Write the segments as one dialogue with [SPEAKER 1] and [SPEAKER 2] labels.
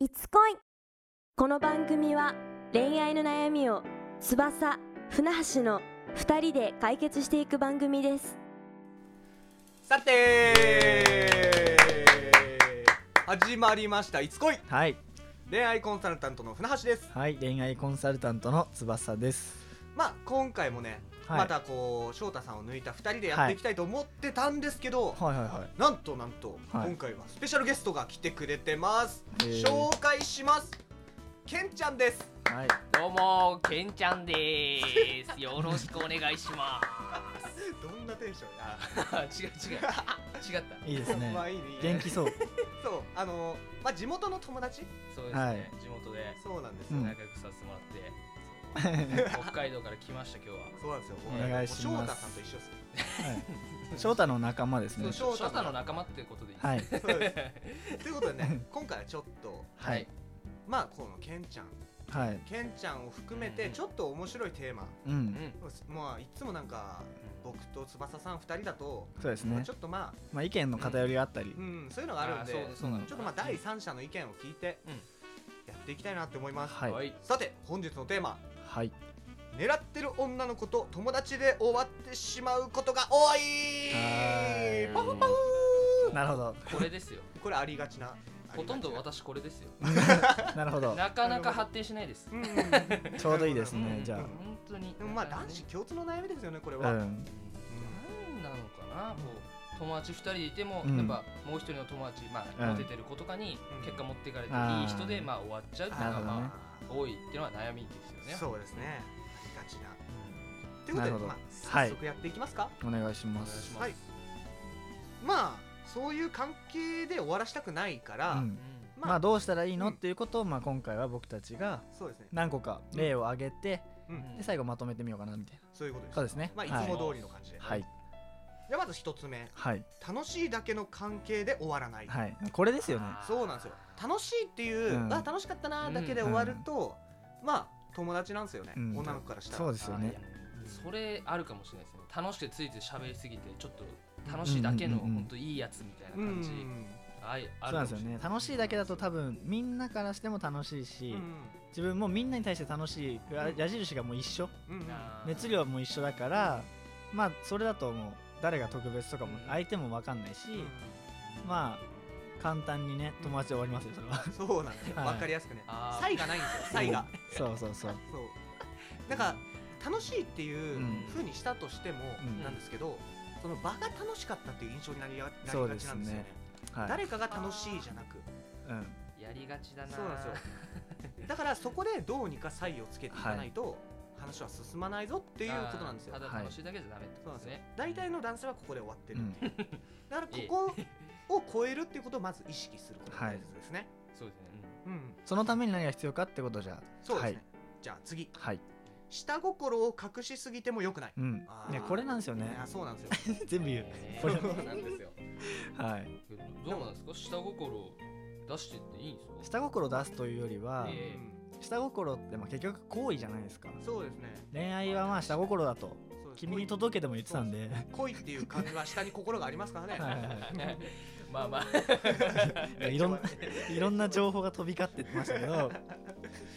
[SPEAKER 1] いつ恋この番組は恋愛の悩みを翼船橋の2人で解決していく番組です
[SPEAKER 2] さて始まりました「いつ恋
[SPEAKER 3] はい、」
[SPEAKER 2] 恋愛コンサルタントの船橋です
[SPEAKER 3] はい、恋愛コンサルタントの翼です。
[SPEAKER 2] まあ今回もね、
[SPEAKER 3] はい、
[SPEAKER 2] またこう翔太さんを抜いた2人でやっていきたいと思ってたんですけど、
[SPEAKER 3] はいはいはい。
[SPEAKER 2] なんとなんと、
[SPEAKER 3] はい
[SPEAKER 2] 今回はスペシャルゲストが来てくれてます
[SPEAKER 3] へー
[SPEAKER 2] 紹介しますけんちゃんです
[SPEAKER 3] はい、
[SPEAKER 4] どうもけんちゃんでーすよろしくお願いしま
[SPEAKER 2] どんなテンションや
[SPEAKER 4] す違う違う違った
[SPEAKER 3] いいです ね
[SPEAKER 2] ま。あいいねいいね
[SPEAKER 3] 元気そう。
[SPEAKER 2] そうあのまあ地元の友達
[SPEAKER 4] そうですね、
[SPEAKER 3] はい
[SPEAKER 4] 地元で
[SPEAKER 2] そうなんです
[SPEAKER 3] う
[SPEAKER 2] よ、
[SPEAKER 3] ん
[SPEAKER 4] 仲良くさせてもらって、そう北海道から来ました今日は
[SPEAKER 2] そうなんですよ
[SPEAKER 3] お願いします
[SPEAKER 2] もう翔太さんと一緒です
[SPEAKER 3] 翔太の仲間ですね。
[SPEAKER 2] そう
[SPEAKER 4] 翔太の仲間ってことでいい、、
[SPEAKER 3] はいい、
[SPEAKER 2] そうですということで ね今回はちょっと
[SPEAKER 3] はい、
[SPEAKER 2] まあこのけんちゃん
[SPEAKER 3] はい、
[SPEAKER 2] けんちゃんを含めて
[SPEAKER 4] うん
[SPEAKER 2] ちょっと面白いテーマ、
[SPEAKER 3] う、
[SPEAKER 4] うんん
[SPEAKER 2] まあいつもなんか僕と翼さん2人だと、
[SPEAKER 3] そうです
[SPEAKER 2] まあ
[SPEAKER 3] ね
[SPEAKER 2] ち。ょっとまあ、
[SPEAKER 3] まあ意見の偏りがあったり
[SPEAKER 2] う、ん、そういうのがあるんで
[SPEAKER 4] あーそうそう
[SPEAKER 3] なんだ
[SPEAKER 2] ちょっとまあ第三者の意見を聞いて
[SPEAKER 4] うん
[SPEAKER 2] やっていきたいなって思います、
[SPEAKER 3] はい、
[SPEAKER 4] は
[SPEAKER 3] はいい、
[SPEAKER 2] さて本日のテーマ狙ってる女の子と友達で終わってしまうことが多い
[SPEAKER 3] はい
[SPEAKER 2] パフパフ
[SPEAKER 3] なるほど、
[SPEAKER 4] これですよ
[SPEAKER 2] これありがちな
[SPEAKER 4] ほとんど
[SPEAKER 2] ありが
[SPEAKER 4] 私これですよ
[SPEAKER 3] なる ほど、
[SPEAKER 4] なかなか発展しないです
[SPEAKER 2] ちなうん
[SPEAKER 3] ちょうどいいです
[SPEAKER 2] うん
[SPEAKER 3] ね。じゃ
[SPEAKER 4] 本当に
[SPEAKER 2] でもまあ
[SPEAKER 4] なかなか
[SPEAKER 2] 男
[SPEAKER 4] ね
[SPEAKER 2] 子共通の悩みですよねこれ
[SPEAKER 3] あ、
[SPEAKER 2] は、
[SPEAKER 3] う
[SPEAKER 2] うん
[SPEAKER 3] ん、
[SPEAKER 4] なんなのかなこう友達2人でいても、
[SPEAKER 3] うん
[SPEAKER 4] やっぱもう一人の友達、まあ
[SPEAKER 3] うん
[SPEAKER 4] モテてる子とかに
[SPEAKER 2] うん
[SPEAKER 4] 結果持っていかれて、
[SPEAKER 3] あー
[SPEAKER 4] いい人で、まあ、終わっちゃうっていうの
[SPEAKER 3] な
[SPEAKER 4] が、
[SPEAKER 3] るほどね
[SPEAKER 4] まあ、多いっていうのは悩みですよね。
[SPEAKER 2] そうですねありがちな
[SPEAKER 4] うん
[SPEAKER 2] ということ
[SPEAKER 3] な
[SPEAKER 2] で
[SPEAKER 3] るほど
[SPEAKER 2] まあ、
[SPEAKER 3] は
[SPEAKER 2] 早
[SPEAKER 3] い
[SPEAKER 2] 速やっていきますか、
[SPEAKER 3] お願いし
[SPEAKER 4] お
[SPEAKER 3] ま
[SPEAKER 4] 願いし
[SPEAKER 3] す。
[SPEAKER 4] ます、
[SPEAKER 2] はいまあそういう関係で終わらしたくないか
[SPEAKER 3] う
[SPEAKER 2] ら、
[SPEAKER 3] ん、
[SPEAKER 2] まあ、
[SPEAKER 3] まあどうしたらいいのっていうことをまあ今回は僕たちが
[SPEAKER 2] そうですね、
[SPEAKER 3] 何個か例を挙げて、
[SPEAKER 2] うん
[SPEAKER 3] で最後まとめてみようかなみたいな。
[SPEAKER 2] そういうことです
[SPEAKER 3] そうですね。
[SPEAKER 2] まあ、い
[SPEAKER 3] は
[SPEAKER 2] つ
[SPEAKER 3] い
[SPEAKER 2] も通りの感じで、
[SPEAKER 3] はい、
[SPEAKER 2] じゃあまず一つ目
[SPEAKER 3] はい、
[SPEAKER 2] 楽しいだけの関係で終わらない、
[SPEAKER 3] はい、これですよね。
[SPEAKER 2] そうなんですよ楽しいっていう、
[SPEAKER 3] うん
[SPEAKER 2] あ楽しかったなーだけで終わると、まあ友達なんですよね、
[SPEAKER 3] うん
[SPEAKER 2] 女の子からしたら
[SPEAKER 3] そうですよね。
[SPEAKER 4] あーいやそれあるかもしれないですね。楽しくてついつい喋りすぎて、ちょっと楽しいだけの、
[SPEAKER 3] うんうんうん
[SPEAKER 4] 本当いいやつみたいな
[SPEAKER 2] う
[SPEAKER 4] 感じ。
[SPEAKER 2] ん
[SPEAKER 4] はい、あ
[SPEAKER 3] そう
[SPEAKER 4] る
[SPEAKER 3] な
[SPEAKER 4] か
[SPEAKER 3] んです
[SPEAKER 4] もし
[SPEAKER 3] よ
[SPEAKER 4] れない
[SPEAKER 3] ね楽しいだけだと多分みんなからしても楽しいし、
[SPEAKER 2] うん
[SPEAKER 3] 自分もみんなに対して楽しいや
[SPEAKER 2] うん
[SPEAKER 3] 矢印がもう一緒
[SPEAKER 2] うん
[SPEAKER 4] あー
[SPEAKER 3] 熱量も一緒だからまあそれだともう誰が特別とかも
[SPEAKER 4] うん
[SPEAKER 3] 相手も分かんないし、まあ簡単にね友達で終わりますよそれは、
[SPEAKER 2] そうなんですよ、
[SPEAKER 3] は
[SPEAKER 2] わ
[SPEAKER 3] い
[SPEAKER 2] かりやすくね
[SPEAKER 4] あー
[SPEAKER 2] 差異がないんですよ差異が
[SPEAKER 3] そうそうそ
[SPEAKER 2] そ
[SPEAKER 3] う
[SPEAKER 2] うなんか楽しいっていう
[SPEAKER 3] うん
[SPEAKER 2] 風にしたとしても
[SPEAKER 3] うん
[SPEAKER 2] なんですけど、その場が楽しかったっていう印象になりやなりがち
[SPEAKER 3] そ
[SPEAKER 2] な
[SPEAKER 3] うんで
[SPEAKER 2] ですすよ
[SPEAKER 3] ね
[SPEAKER 2] ね
[SPEAKER 3] はい、
[SPEAKER 2] 誰かが楽しいじゃなく
[SPEAKER 3] うん、
[SPEAKER 4] やりがちだなー。
[SPEAKER 2] そうなんですよだからそこでどうにか差異をつけていかないと、話は進まないぞっていうことなんですよ
[SPEAKER 4] あーただ楽しいだけじゃダメって
[SPEAKER 2] そ
[SPEAKER 4] こ
[SPEAKER 2] うな
[SPEAKER 4] と
[SPEAKER 2] んですす
[SPEAKER 4] で
[SPEAKER 2] よ
[SPEAKER 4] ね。
[SPEAKER 2] 大体の男性はここで終わってる、
[SPEAKER 3] うん
[SPEAKER 2] だからここを超えるっていうことをまず意識することが大切ですね、
[SPEAKER 4] そうですね。うん
[SPEAKER 2] うん
[SPEAKER 3] そのために何が必要かってことじゃ
[SPEAKER 2] そうですね、じゃあ次
[SPEAKER 3] はい、はい
[SPEAKER 2] 下心を隠しすぎても良くない
[SPEAKER 3] うん
[SPEAKER 2] あー
[SPEAKER 3] ね、これなんですよね
[SPEAKER 2] いやそうなんですよ
[SPEAKER 3] 全部言う
[SPEAKER 4] えー
[SPEAKER 3] これ
[SPEAKER 4] そうなんですよ。
[SPEAKER 3] はい
[SPEAKER 4] どうなんですか下心を出してっていいんですか
[SPEAKER 3] 下心を出すというよりは、
[SPEAKER 4] え
[SPEAKER 3] 下心ってまあ結局行為じゃないですか
[SPEAKER 2] うんそうですね
[SPEAKER 3] 恋愛はまあ下心だと
[SPEAKER 2] そうです
[SPEAKER 3] 君に届けても言ってたんで
[SPEAKER 2] 恋っていう感じは下に心がありますからね
[SPEAKER 3] はいはい
[SPEAKER 2] ね
[SPEAKER 4] ま あまあ。
[SPEAKER 3] いろんないろんな情報が飛び交ってましたけど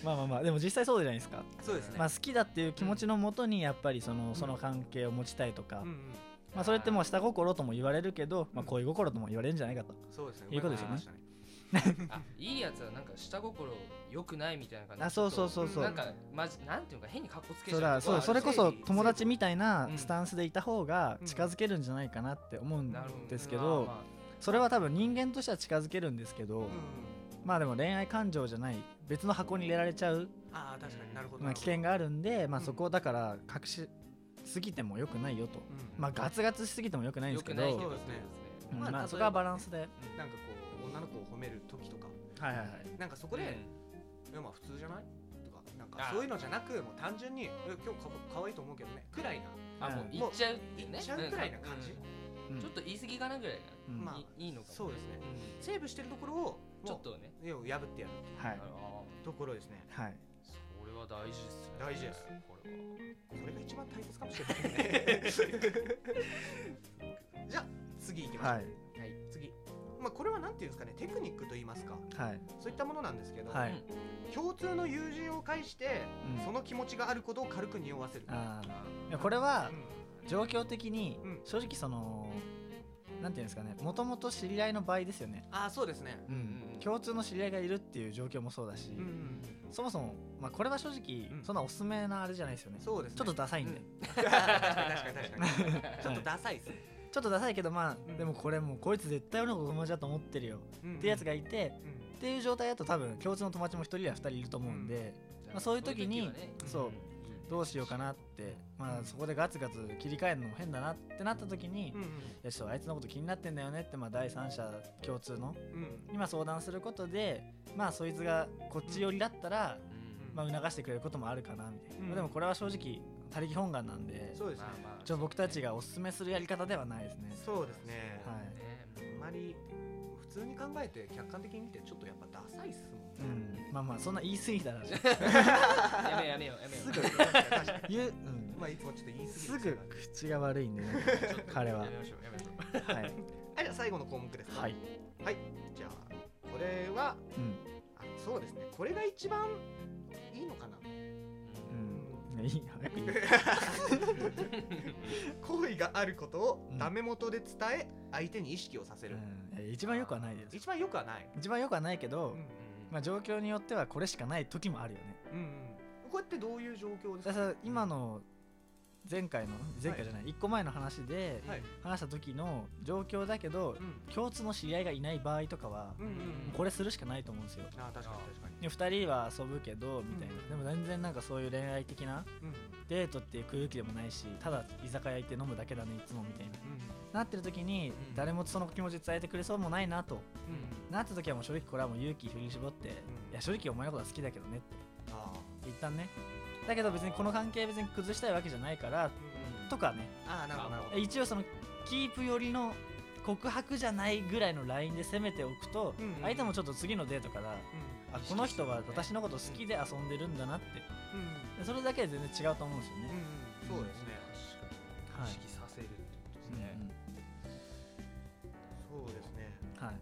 [SPEAKER 3] まあまあまあでも実際そうじゃないですか、
[SPEAKER 2] そうですね、
[SPEAKER 3] まあ、好きだっていう気持ちのもとにやっぱりそのその関係を持ちたいと
[SPEAKER 2] う
[SPEAKER 3] か、
[SPEAKER 2] んうん
[SPEAKER 3] まあ、それってもう下心とも言われるけど、まあ、恋心とも言われるんじゃないかと
[SPEAKER 2] そうですね
[SPEAKER 3] いうことです
[SPEAKER 4] よね
[SPEAKER 2] ましたね
[SPEAKER 4] あいいやつはなんか下心良くないみたいな感じ
[SPEAKER 3] あそうそうそうそう
[SPEAKER 4] なんかまじなんていうか変に格好つけちゃ
[SPEAKER 3] そううだ
[SPEAKER 4] とこ
[SPEAKER 3] そ
[SPEAKER 4] は
[SPEAKER 3] うそれこそ友達みたいな
[SPEAKER 4] うん
[SPEAKER 3] スタンスでいた方が近づけるんじゃないかなって思うん
[SPEAKER 4] なるほど
[SPEAKER 3] ですけど
[SPEAKER 4] まあま
[SPEAKER 3] それは多分人間としては近づけるんですけどまあでも恋愛感情じゃない別の箱に入れられちゃう
[SPEAKER 2] ああー確かになるほど
[SPEAKER 3] ま
[SPEAKER 2] な
[SPEAKER 3] あ
[SPEAKER 2] る
[SPEAKER 3] 危
[SPEAKER 2] ほど
[SPEAKER 3] 険があるんでまあ
[SPEAKER 2] うん
[SPEAKER 3] そこをだから隠しすぎてもよくないよと
[SPEAKER 2] うん
[SPEAKER 3] まあガツガツしすぎてもよくな
[SPEAKER 4] あ
[SPEAKER 3] いんで
[SPEAKER 4] 良
[SPEAKER 3] すけ
[SPEAKER 4] く
[SPEAKER 3] ど
[SPEAKER 4] ないけど
[SPEAKER 2] そう
[SPEAKER 4] そう
[SPEAKER 2] で
[SPEAKER 4] ですす
[SPEAKER 2] ね
[SPEAKER 3] う
[SPEAKER 4] ね
[SPEAKER 3] ん
[SPEAKER 2] まあ例
[SPEAKER 3] まあ、
[SPEAKER 2] えば
[SPEAKER 3] そこはバランスで、はい
[SPEAKER 4] うん
[SPEAKER 2] なんかこう女の子を褒める時とか
[SPEAKER 3] はいはい
[SPEAKER 2] なんかそこで、いやまあ普通じゃないとかなんかそういうのじゃなくもう単純にえ今日か可愛いと思うけどねくらいな
[SPEAKER 4] あもう行っちゃうってい
[SPEAKER 2] 行
[SPEAKER 4] ね
[SPEAKER 2] っちゃうくらいな感じ
[SPEAKER 4] うん
[SPEAKER 3] うん
[SPEAKER 4] ちょっと言い過ぎかなぐらいが
[SPEAKER 3] うん
[SPEAKER 2] まあ
[SPEAKER 4] いいいのかも
[SPEAKER 2] そうですね
[SPEAKER 4] うん
[SPEAKER 2] セーブしてるところをもう
[SPEAKER 4] ちょっとね
[SPEAKER 2] 絵を破ってやる
[SPEAKER 3] は
[SPEAKER 4] あ
[SPEAKER 3] い
[SPEAKER 4] の
[SPEAKER 2] ところですね
[SPEAKER 3] はい
[SPEAKER 4] それは大事ですね
[SPEAKER 2] 大事です
[SPEAKER 4] これは
[SPEAKER 2] これが一番大切かもし れないじゃあ次いきましょう、
[SPEAKER 3] はい
[SPEAKER 4] はい
[SPEAKER 2] 次まあ、これはなんていうんですかねテクニックと言いますか
[SPEAKER 3] はい
[SPEAKER 2] そういったものなんですけど、
[SPEAKER 3] はい
[SPEAKER 4] うん
[SPEAKER 2] 共通の友人を介して、
[SPEAKER 3] うん
[SPEAKER 2] その気持ちがあることを軽く匂わせる。
[SPEAKER 3] あーいやこれは
[SPEAKER 2] うん
[SPEAKER 3] 状況的に
[SPEAKER 2] うん
[SPEAKER 3] 正直そのなんていうんですかねもともと知り合いの場合ですよね、
[SPEAKER 2] あーそうですね。
[SPEAKER 3] うん
[SPEAKER 4] うん
[SPEAKER 3] 共通の知り合いがいるっていう状況もそうだし、
[SPEAKER 2] うん
[SPEAKER 3] そもそも、まあ、これは正直、
[SPEAKER 2] うん
[SPEAKER 3] そんなおすすめなあれじゃないですよね
[SPEAKER 2] そうですね。
[SPEAKER 3] ちょっとダサいんで、
[SPEAKER 4] うん
[SPEAKER 2] 確かに確かに確かに。ちょっとダサいですね。
[SPEAKER 3] ちょっとダサいけどまあ、
[SPEAKER 2] うん
[SPEAKER 3] でもこれもうこいつ絶対俺のこと友達だと思ってるよ、
[SPEAKER 2] うん
[SPEAKER 3] ってやつがいて
[SPEAKER 2] うん
[SPEAKER 3] っていう状態だと多分共通の友達も一人や二人いると思うんで、まあそういう時に
[SPEAKER 4] そういう時はね
[SPEAKER 3] そう
[SPEAKER 4] うん
[SPEAKER 3] どうしようかなって、ま
[SPEAKER 2] うん
[SPEAKER 3] あ、そこでガツガツ切り替えるのも変だなってなった時に、
[SPEAKER 2] う
[SPEAKER 3] い
[SPEAKER 2] ん
[SPEAKER 3] やちょっとあいつのこと気になってんだよねって、まあ、第三者共通の
[SPEAKER 2] うんうん
[SPEAKER 3] 今相談することでまあそいつがこっち寄りだったら、
[SPEAKER 4] うん
[SPEAKER 3] まあ、促してくれることもあるかなみたいな、
[SPEAKER 2] うん
[SPEAKER 3] まあでもこれは正直他力本願なんで
[SPEAKER 2] そうですね
[SPEAKER 4] ま。あまあ
[SPEAKER 3] ちょ僕たちがおすすめするやり方ではないですね。
[SPEAKER 2] そうですね。
[SPEAKER 3] はい
[SPEAKER 4] ね
[SPEAKER 2] あまり普通に考えて客観的に見てちょっとやっぱダサいっす
[SPEAKER 3] う
[SPEAKER 2] もんね。
[SPEAKER 3] ん、まあまあそんな言い過ぎ たら
[SPEAKER 4] やめようやめようやめよ
[SPEAKER 2] す
[SPEAKER 4] う
[SPEAKER 2] ぐ確かに確かに
[SPEAKER 3] 言う、う ん
[SPEAKER 2] まあいつもちょっと言い過ぎ
[SPEAKER 3] す
[SPEAKER 2] てし
[SPEAKER 3] ぐ
[SPEAKER 2] まう
[SPEAKER 3] 口が悪 いんでね彼は
[SPEAKER 4] やめましょうやめましょう
[SPEAKER 3] はい
[SPEAKER 2] はいじゃあ最後の項目ですか。
[SPEAKER 3] はい、
[SPEAKER 2] じゃあこれは
[SPEAKER 3] うん
[SPEAKER 2] あそうですね。これが一番いいのかな。
[SPEAKER 3] うん、いい早くいい
[SPEAKER 2] 好意があることを
[SPEAKER 3] うん
[SPEAKER 2] ダメ元で伝え相手に意識をさせる、
[SPEAKER 3] うん、一番良くはないです
[SPEAKER 2] 一番よくはない、
[SPEAKER 3] 一番良くはないけど、
[SPEAKER 2] うん
[SPEAKER 3] まあ、状況によってはこれしかない時もあるよね
[SPEAKER 2] うんこれってどういう状況です
[SPEAKER 3] だ
[SPEAKER 2] か
[SPEAKER 3] から今の前回の前回じゃない、一個前の話で
[SPEAKER 2] はい
[SPEAKER 3] 話した時の状況だけど
[SPEAKER 2] うん
[SPEAKER 3] 共通の知り合いがいない場合とかは
[SPEAKER 2] うんうん
[SPEAKER 3] これするしかないと思うんですよ
[SPEAKER 2] あー確かに確かに
[SPEAKER 3] で2人は遊ぶけどみたいな、
[SPEAKER 2] うん
[SPEAKER 3] でも全然なんかそういう恋愛的な
[SPEAKER 2] うん
[SPEAKER 3] デートっていう空気でもないしただ居酒屋行って飲むだけだねいつもみたいななってる時に
[SPEAKER 2] うん
[SPEAKER 3] 誰もその気持ち伝えてくれそうもないなと、
[SPEAKER 2] うんうん
[SPEAKER 3] なった時はもう正直これはもう勇気振り絞って、いや正直お前のことは好きだけどねって
[SPEAKER 2] あ
[SPEAKER 3] 一旦ねだけど別にこの関係別に崩したいわけじゃないからとかね
[SPEAKER 2] ーあーなるほどなるほど
[SPEAKER 3] 一応そのキープ寄りの告白じゃないぐらいのラインで攻めておくと、
[SPEAKER 2] うん
[SPEAKER 3] 相手もちょっと次のデートからあこの人は私のこと好きで遊んでるんだなって
[SPEAKER 2] うん
[SPEAKER 3] でそれだけで全然違うと思うんですよ
[SPEAKER 2] うん
[SPEAKER 3] ね、
[SPEAKER 2] うんそうですね
[SPEAKER 4] 確か
[SPEAKER 3] は
[SPEAKER 4] に
[SPEAKER 3] い
[SPEAKER 4] 意識させるってことです
[SPEAKER 3] うん
[SPEAKER 4] ね
[SPEAKER 2] そうですね
[SPEAKER 3] はい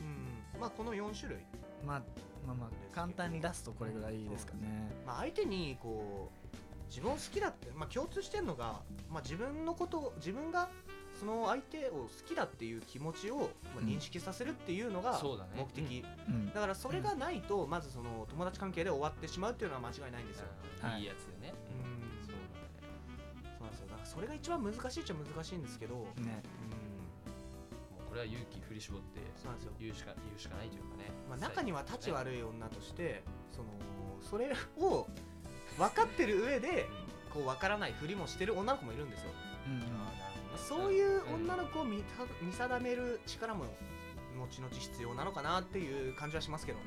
[SPEAKER 2] うんまあこの4種類
[SPEAKER 3] まあ、まあまあ簡単に出すとこれぐらいですかね、
[SPEAKER 2] まあ、相手にこう自分を好きだって、まあ、共通してるのが、まあ、自分のことを自分がその相手を好きだっていう気持ちを、まあ、
[SPEAKER 3] うん
[SPEAKER 2] 認識させるっていうのが
[SPEAKER 4] そうだね
[SPEAKER 2] 目的、
[SPEAKER 3] うん
[SPEAKER 2] だからそれがないとまずその友達関係で終わってしまうっていうのは間違いないんですよ、
[SPEAKER 4] うん
[SPEAKER 3] はい
[SPEAKER 4] いいやつでね
[SPEAKER 2] うん
[SPEAKER 4] そう
[SPEAKER 2] そ
[SPEAKER 4] だね
[SPEAKER 2] うなんですよだからそれが一番難しいっちゃ難しいんですけど、うん、
[SPEAKER 3] ね
[SPEAKER 4] もうこれは勇気振り絞って
[SPEAKER 2] そうなんですよ、
[SPEAKER 4] 言うしか言うしかないというかね
[SPEAKER 2] まあ、中には立ち悪い女としてそのそれを分かってる上で
[SPEAKER 4] うん
[SPEAKER 2] こう分からないふりもしてる女の子もいるんですよ
[SPEAKER 3] うん
[SPEAKER 2] そういう女
[SPEAKER 4] の
[SPEAKER 2] の子を見た見定める力も後々必要なのかなっていう感じはしますけどね。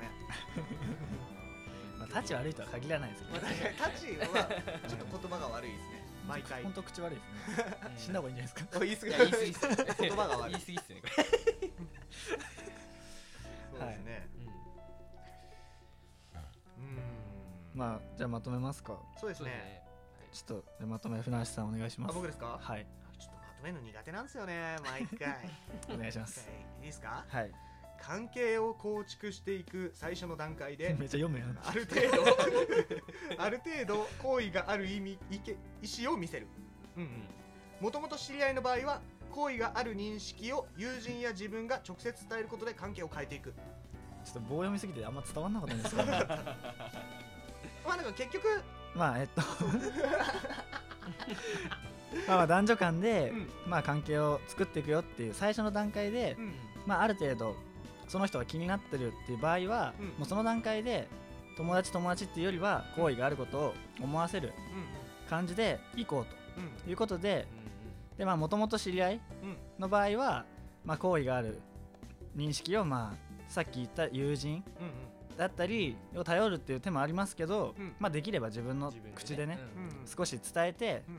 [SPEAKER 3] まあ、タチ悪いとは限らないですけど、
[SPEAKER 2] まあ確かにタチはちょっと言葉が悪いですね。毎回。
[SPEAKER 3] 本当口悪 いですね死んだ方がいいんじゃないですか
[SPEAKER 2] お言い過
[SPEAKER 4] い
[SPEAKER 2] ぎ
[SPEAKER 4] や
[SPEAKER 2] だ
[SPEAKER 4] 言い過ぎっすね
[SPEAKER 2] 言葉が悪い
[SPEAKER 4] 言い過ぎっすねこ
[SPEAKER 2] そうですね。
[SPEAKER 4] れ
[SPEAKER 2] うーん。
[SPEAKER 3] まあじゃあまとめますか
[SPEAKER 2] そうです
[SPEAKER 4] そうだ
[SPEAKER 2] ね。
[SPEAKER 4] ね
[SPEAKER 3] ちょっとまとめ船橋さんお願いしま
[SPEAKER 2] あ
[SPEAKER 3] す
[SPEAKER 2] 僕ですか。
[SPEAKER 3] はい
[SPEAKER 2] ちょっとまとめるの苦手なんですよね。毎回。
[SPEAKER 3] お願い します
[SPEAKER 2] いいですか。
[SPEAKER 3] はい
[SPEAKER 2] 関係を構築していく最初の段階で。
[SPEAKER 3] めっちゃ読むやん
[SPEAKER 2] ある程度 ある程度好意がある意味意見意思を見せるもともと知り合いの場合は好意がある認識を友人や自分が直接伝えることで関係を変えていく
[SPEAKER 3] ちょっと棒読みすぎてあんま伝わんなかったんですけ ど
[SPEAKER 2] まあだから結局
[SPEAKER 3] まあえ っとまあまあ男女間で、
[SPEAKER 2] うん
[SPEAKER 3] まあ関係を作っていくよっていう最初の段階で、
[SPEAKER 2] うん
[SPEAKER 3] まあある程度その人が気になってるっていう場合は、
[SPEAKER 2] うん
[SPEAKER 3] もうその段階で友達友達っていうよりは好意があることを思わせる感じで行こう
[SPEAKER 2] うん
[SPEAKER 3] ということで
[SPEAKER 4] うん
[SPEAKER 3] でまあもともと知り合い
[SPEAKER 2] うんうん
[SPEAKER 3] の場合は、まあ、好意がある認識をまあさっき言った友人
[SPEAKER 2] うん
[SPEAKER 3] だったりを頼るっていう手もありますけど、
[SPEAKER 2] うん
[SPEAKER 3] まあできれば自分の
[SPEAKER 4] 自分
[SPEAKER 3] 口でね
[SPEAKER 2] うんうん
[SPEAKER 3] 少し伝えて、
[SPEAKER 2] うん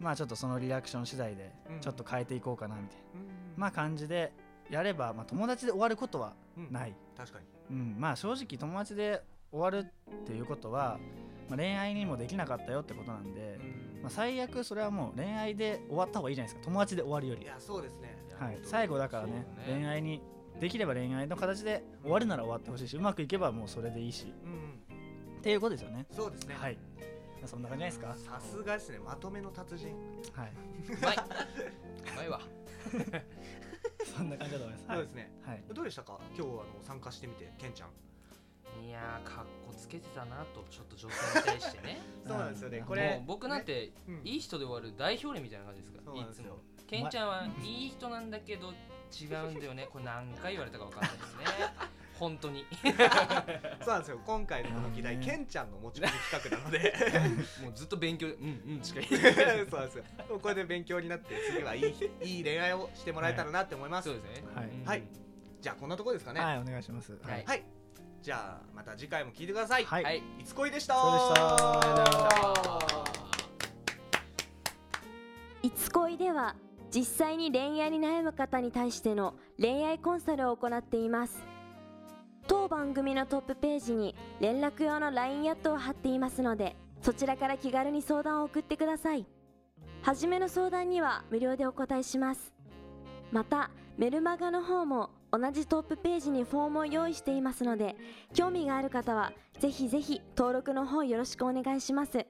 [SPEAKER 3] まあちょっとそのリアクション次第で
[SPEAKER 2] うん
[SPEAKER 3] ちょっと変えていこうかなみたいな、
[SPEAKER 2] うん
[SPEAKER 3] まあ感じでやれば、まあ、友達で終わることは
[SPEAKER 2] うん
[SPEAKER 3] ない、
[SPEAKER 2] 確かに
[SPEAKER 3] うん、まあ正直友達で終わるっていうことは、まあ、恋愛にもできなかったよってことなんで、まあ、最悪それはもう恋愛で終わった方がいいじゃないですか友達で終わるよ
[SPEAKER 2] い
[SPEAKER 3] り
[SPEAKER 2] やそうですね
[SPEAKER 4] ゃん、
[SPEAKER 3] はい
[SPEAKER 4] 本、当
[SPEAKER 3] 最後だからね
[SPEAKER 4] そうだ
[SPEAKER 3] 恋愛にできれば恋愛の形で終わるなら終わってほしいしうまくいけばもうそれでいいし
[SPEAKER 2] うんうん
[SPEAKER 3] っていうことですよね
[SPEAKER 2] そうですね
[SPEAKER 3] はいそんな感じないですか
[SPEAKER 2] さすがですねまとめの達人
[SPEAKER 3] はい
[SPEAKER 4] うま いうまいわ
[SPEAKER 3] そんな感じだと思います
[SPEAKER 2] そ
[SPEAKER 3] は
[SPEAKER 2] う
[SPEAKER 3] い
[SPEAKER 2] ですね
[SPEAKER 3] はい
[SPEAKER 2] どうでしたか今日あの参加してみてケンちゃん
[SPEAKER 4] いやーかっこつけてたなとちょっと女性に対してね
[SPEAKER 2] そうなんですよね
[SPEAKER 3] うん
[SPEAKER 2] これ
[SPEAKER 4] もう僕なんて
[SPEAKER 2] うん
[SPEAKER 4] いい人で終わる代表例みたいな感じですから
[SPEAKER 2] そう
[SPEAKER 4] い
[SPEAKER 2] なんです
[SPEAKER 4] つ
[SPEAKER 2] よ
[SPEAKER 4] もケンちゃんはいい人なんだけど違うんだよねこれ何回言われたか分かんないです ね本当に
[SPEAKER 2] そうなんですよ今回のこの議題
[SPEAKER 3] うん
[SPEAKER 2] ケンちゃんの持ち込み企画なので
[SPEAKER 4] もうずっと勉強でうんうんしか
[SPEAKER 2] そ
[SPEAKER 4] 言
[SPEAKER 2] う
[SPEAKER 4] えない
[SPEAKER 2] なんですよこれで勉強になって次はい いいい恋愛をしてもらえたらなって思います
[SPEAKER 4] そうですね
[SPEAKER 3] はい
[SPEAKER 4] うん
[SPEAKER 2] はいじゃあこんなところですかね
[SPEAKER 3] はいお願いします
[SPEAKER 4] は
[SPEAKER 3] はいい
[SPEAKER 2] はいじゃあまた次回も聞いてください
[SPEAKER 3] はい
[SPEAKER 4] はい
[SPEAKER 2] いつこいでした
[SPEAKER 3] そうでした
[SPEAKER 4] ありがとうございました
[SPEAKER 1] いつ恋では実際に恋愛に悩む方に対しての恋愛コンサルを行っています当番組のトップページに連絡用の LINE アットを貼っていますのでそちらから気軽に相談を送ってください初めの相談には無料でお答えしますまたメルマガの方も同じトップページにフォームを用意していますので興味がある方はぜひぜひ登録の方よろしくお願いします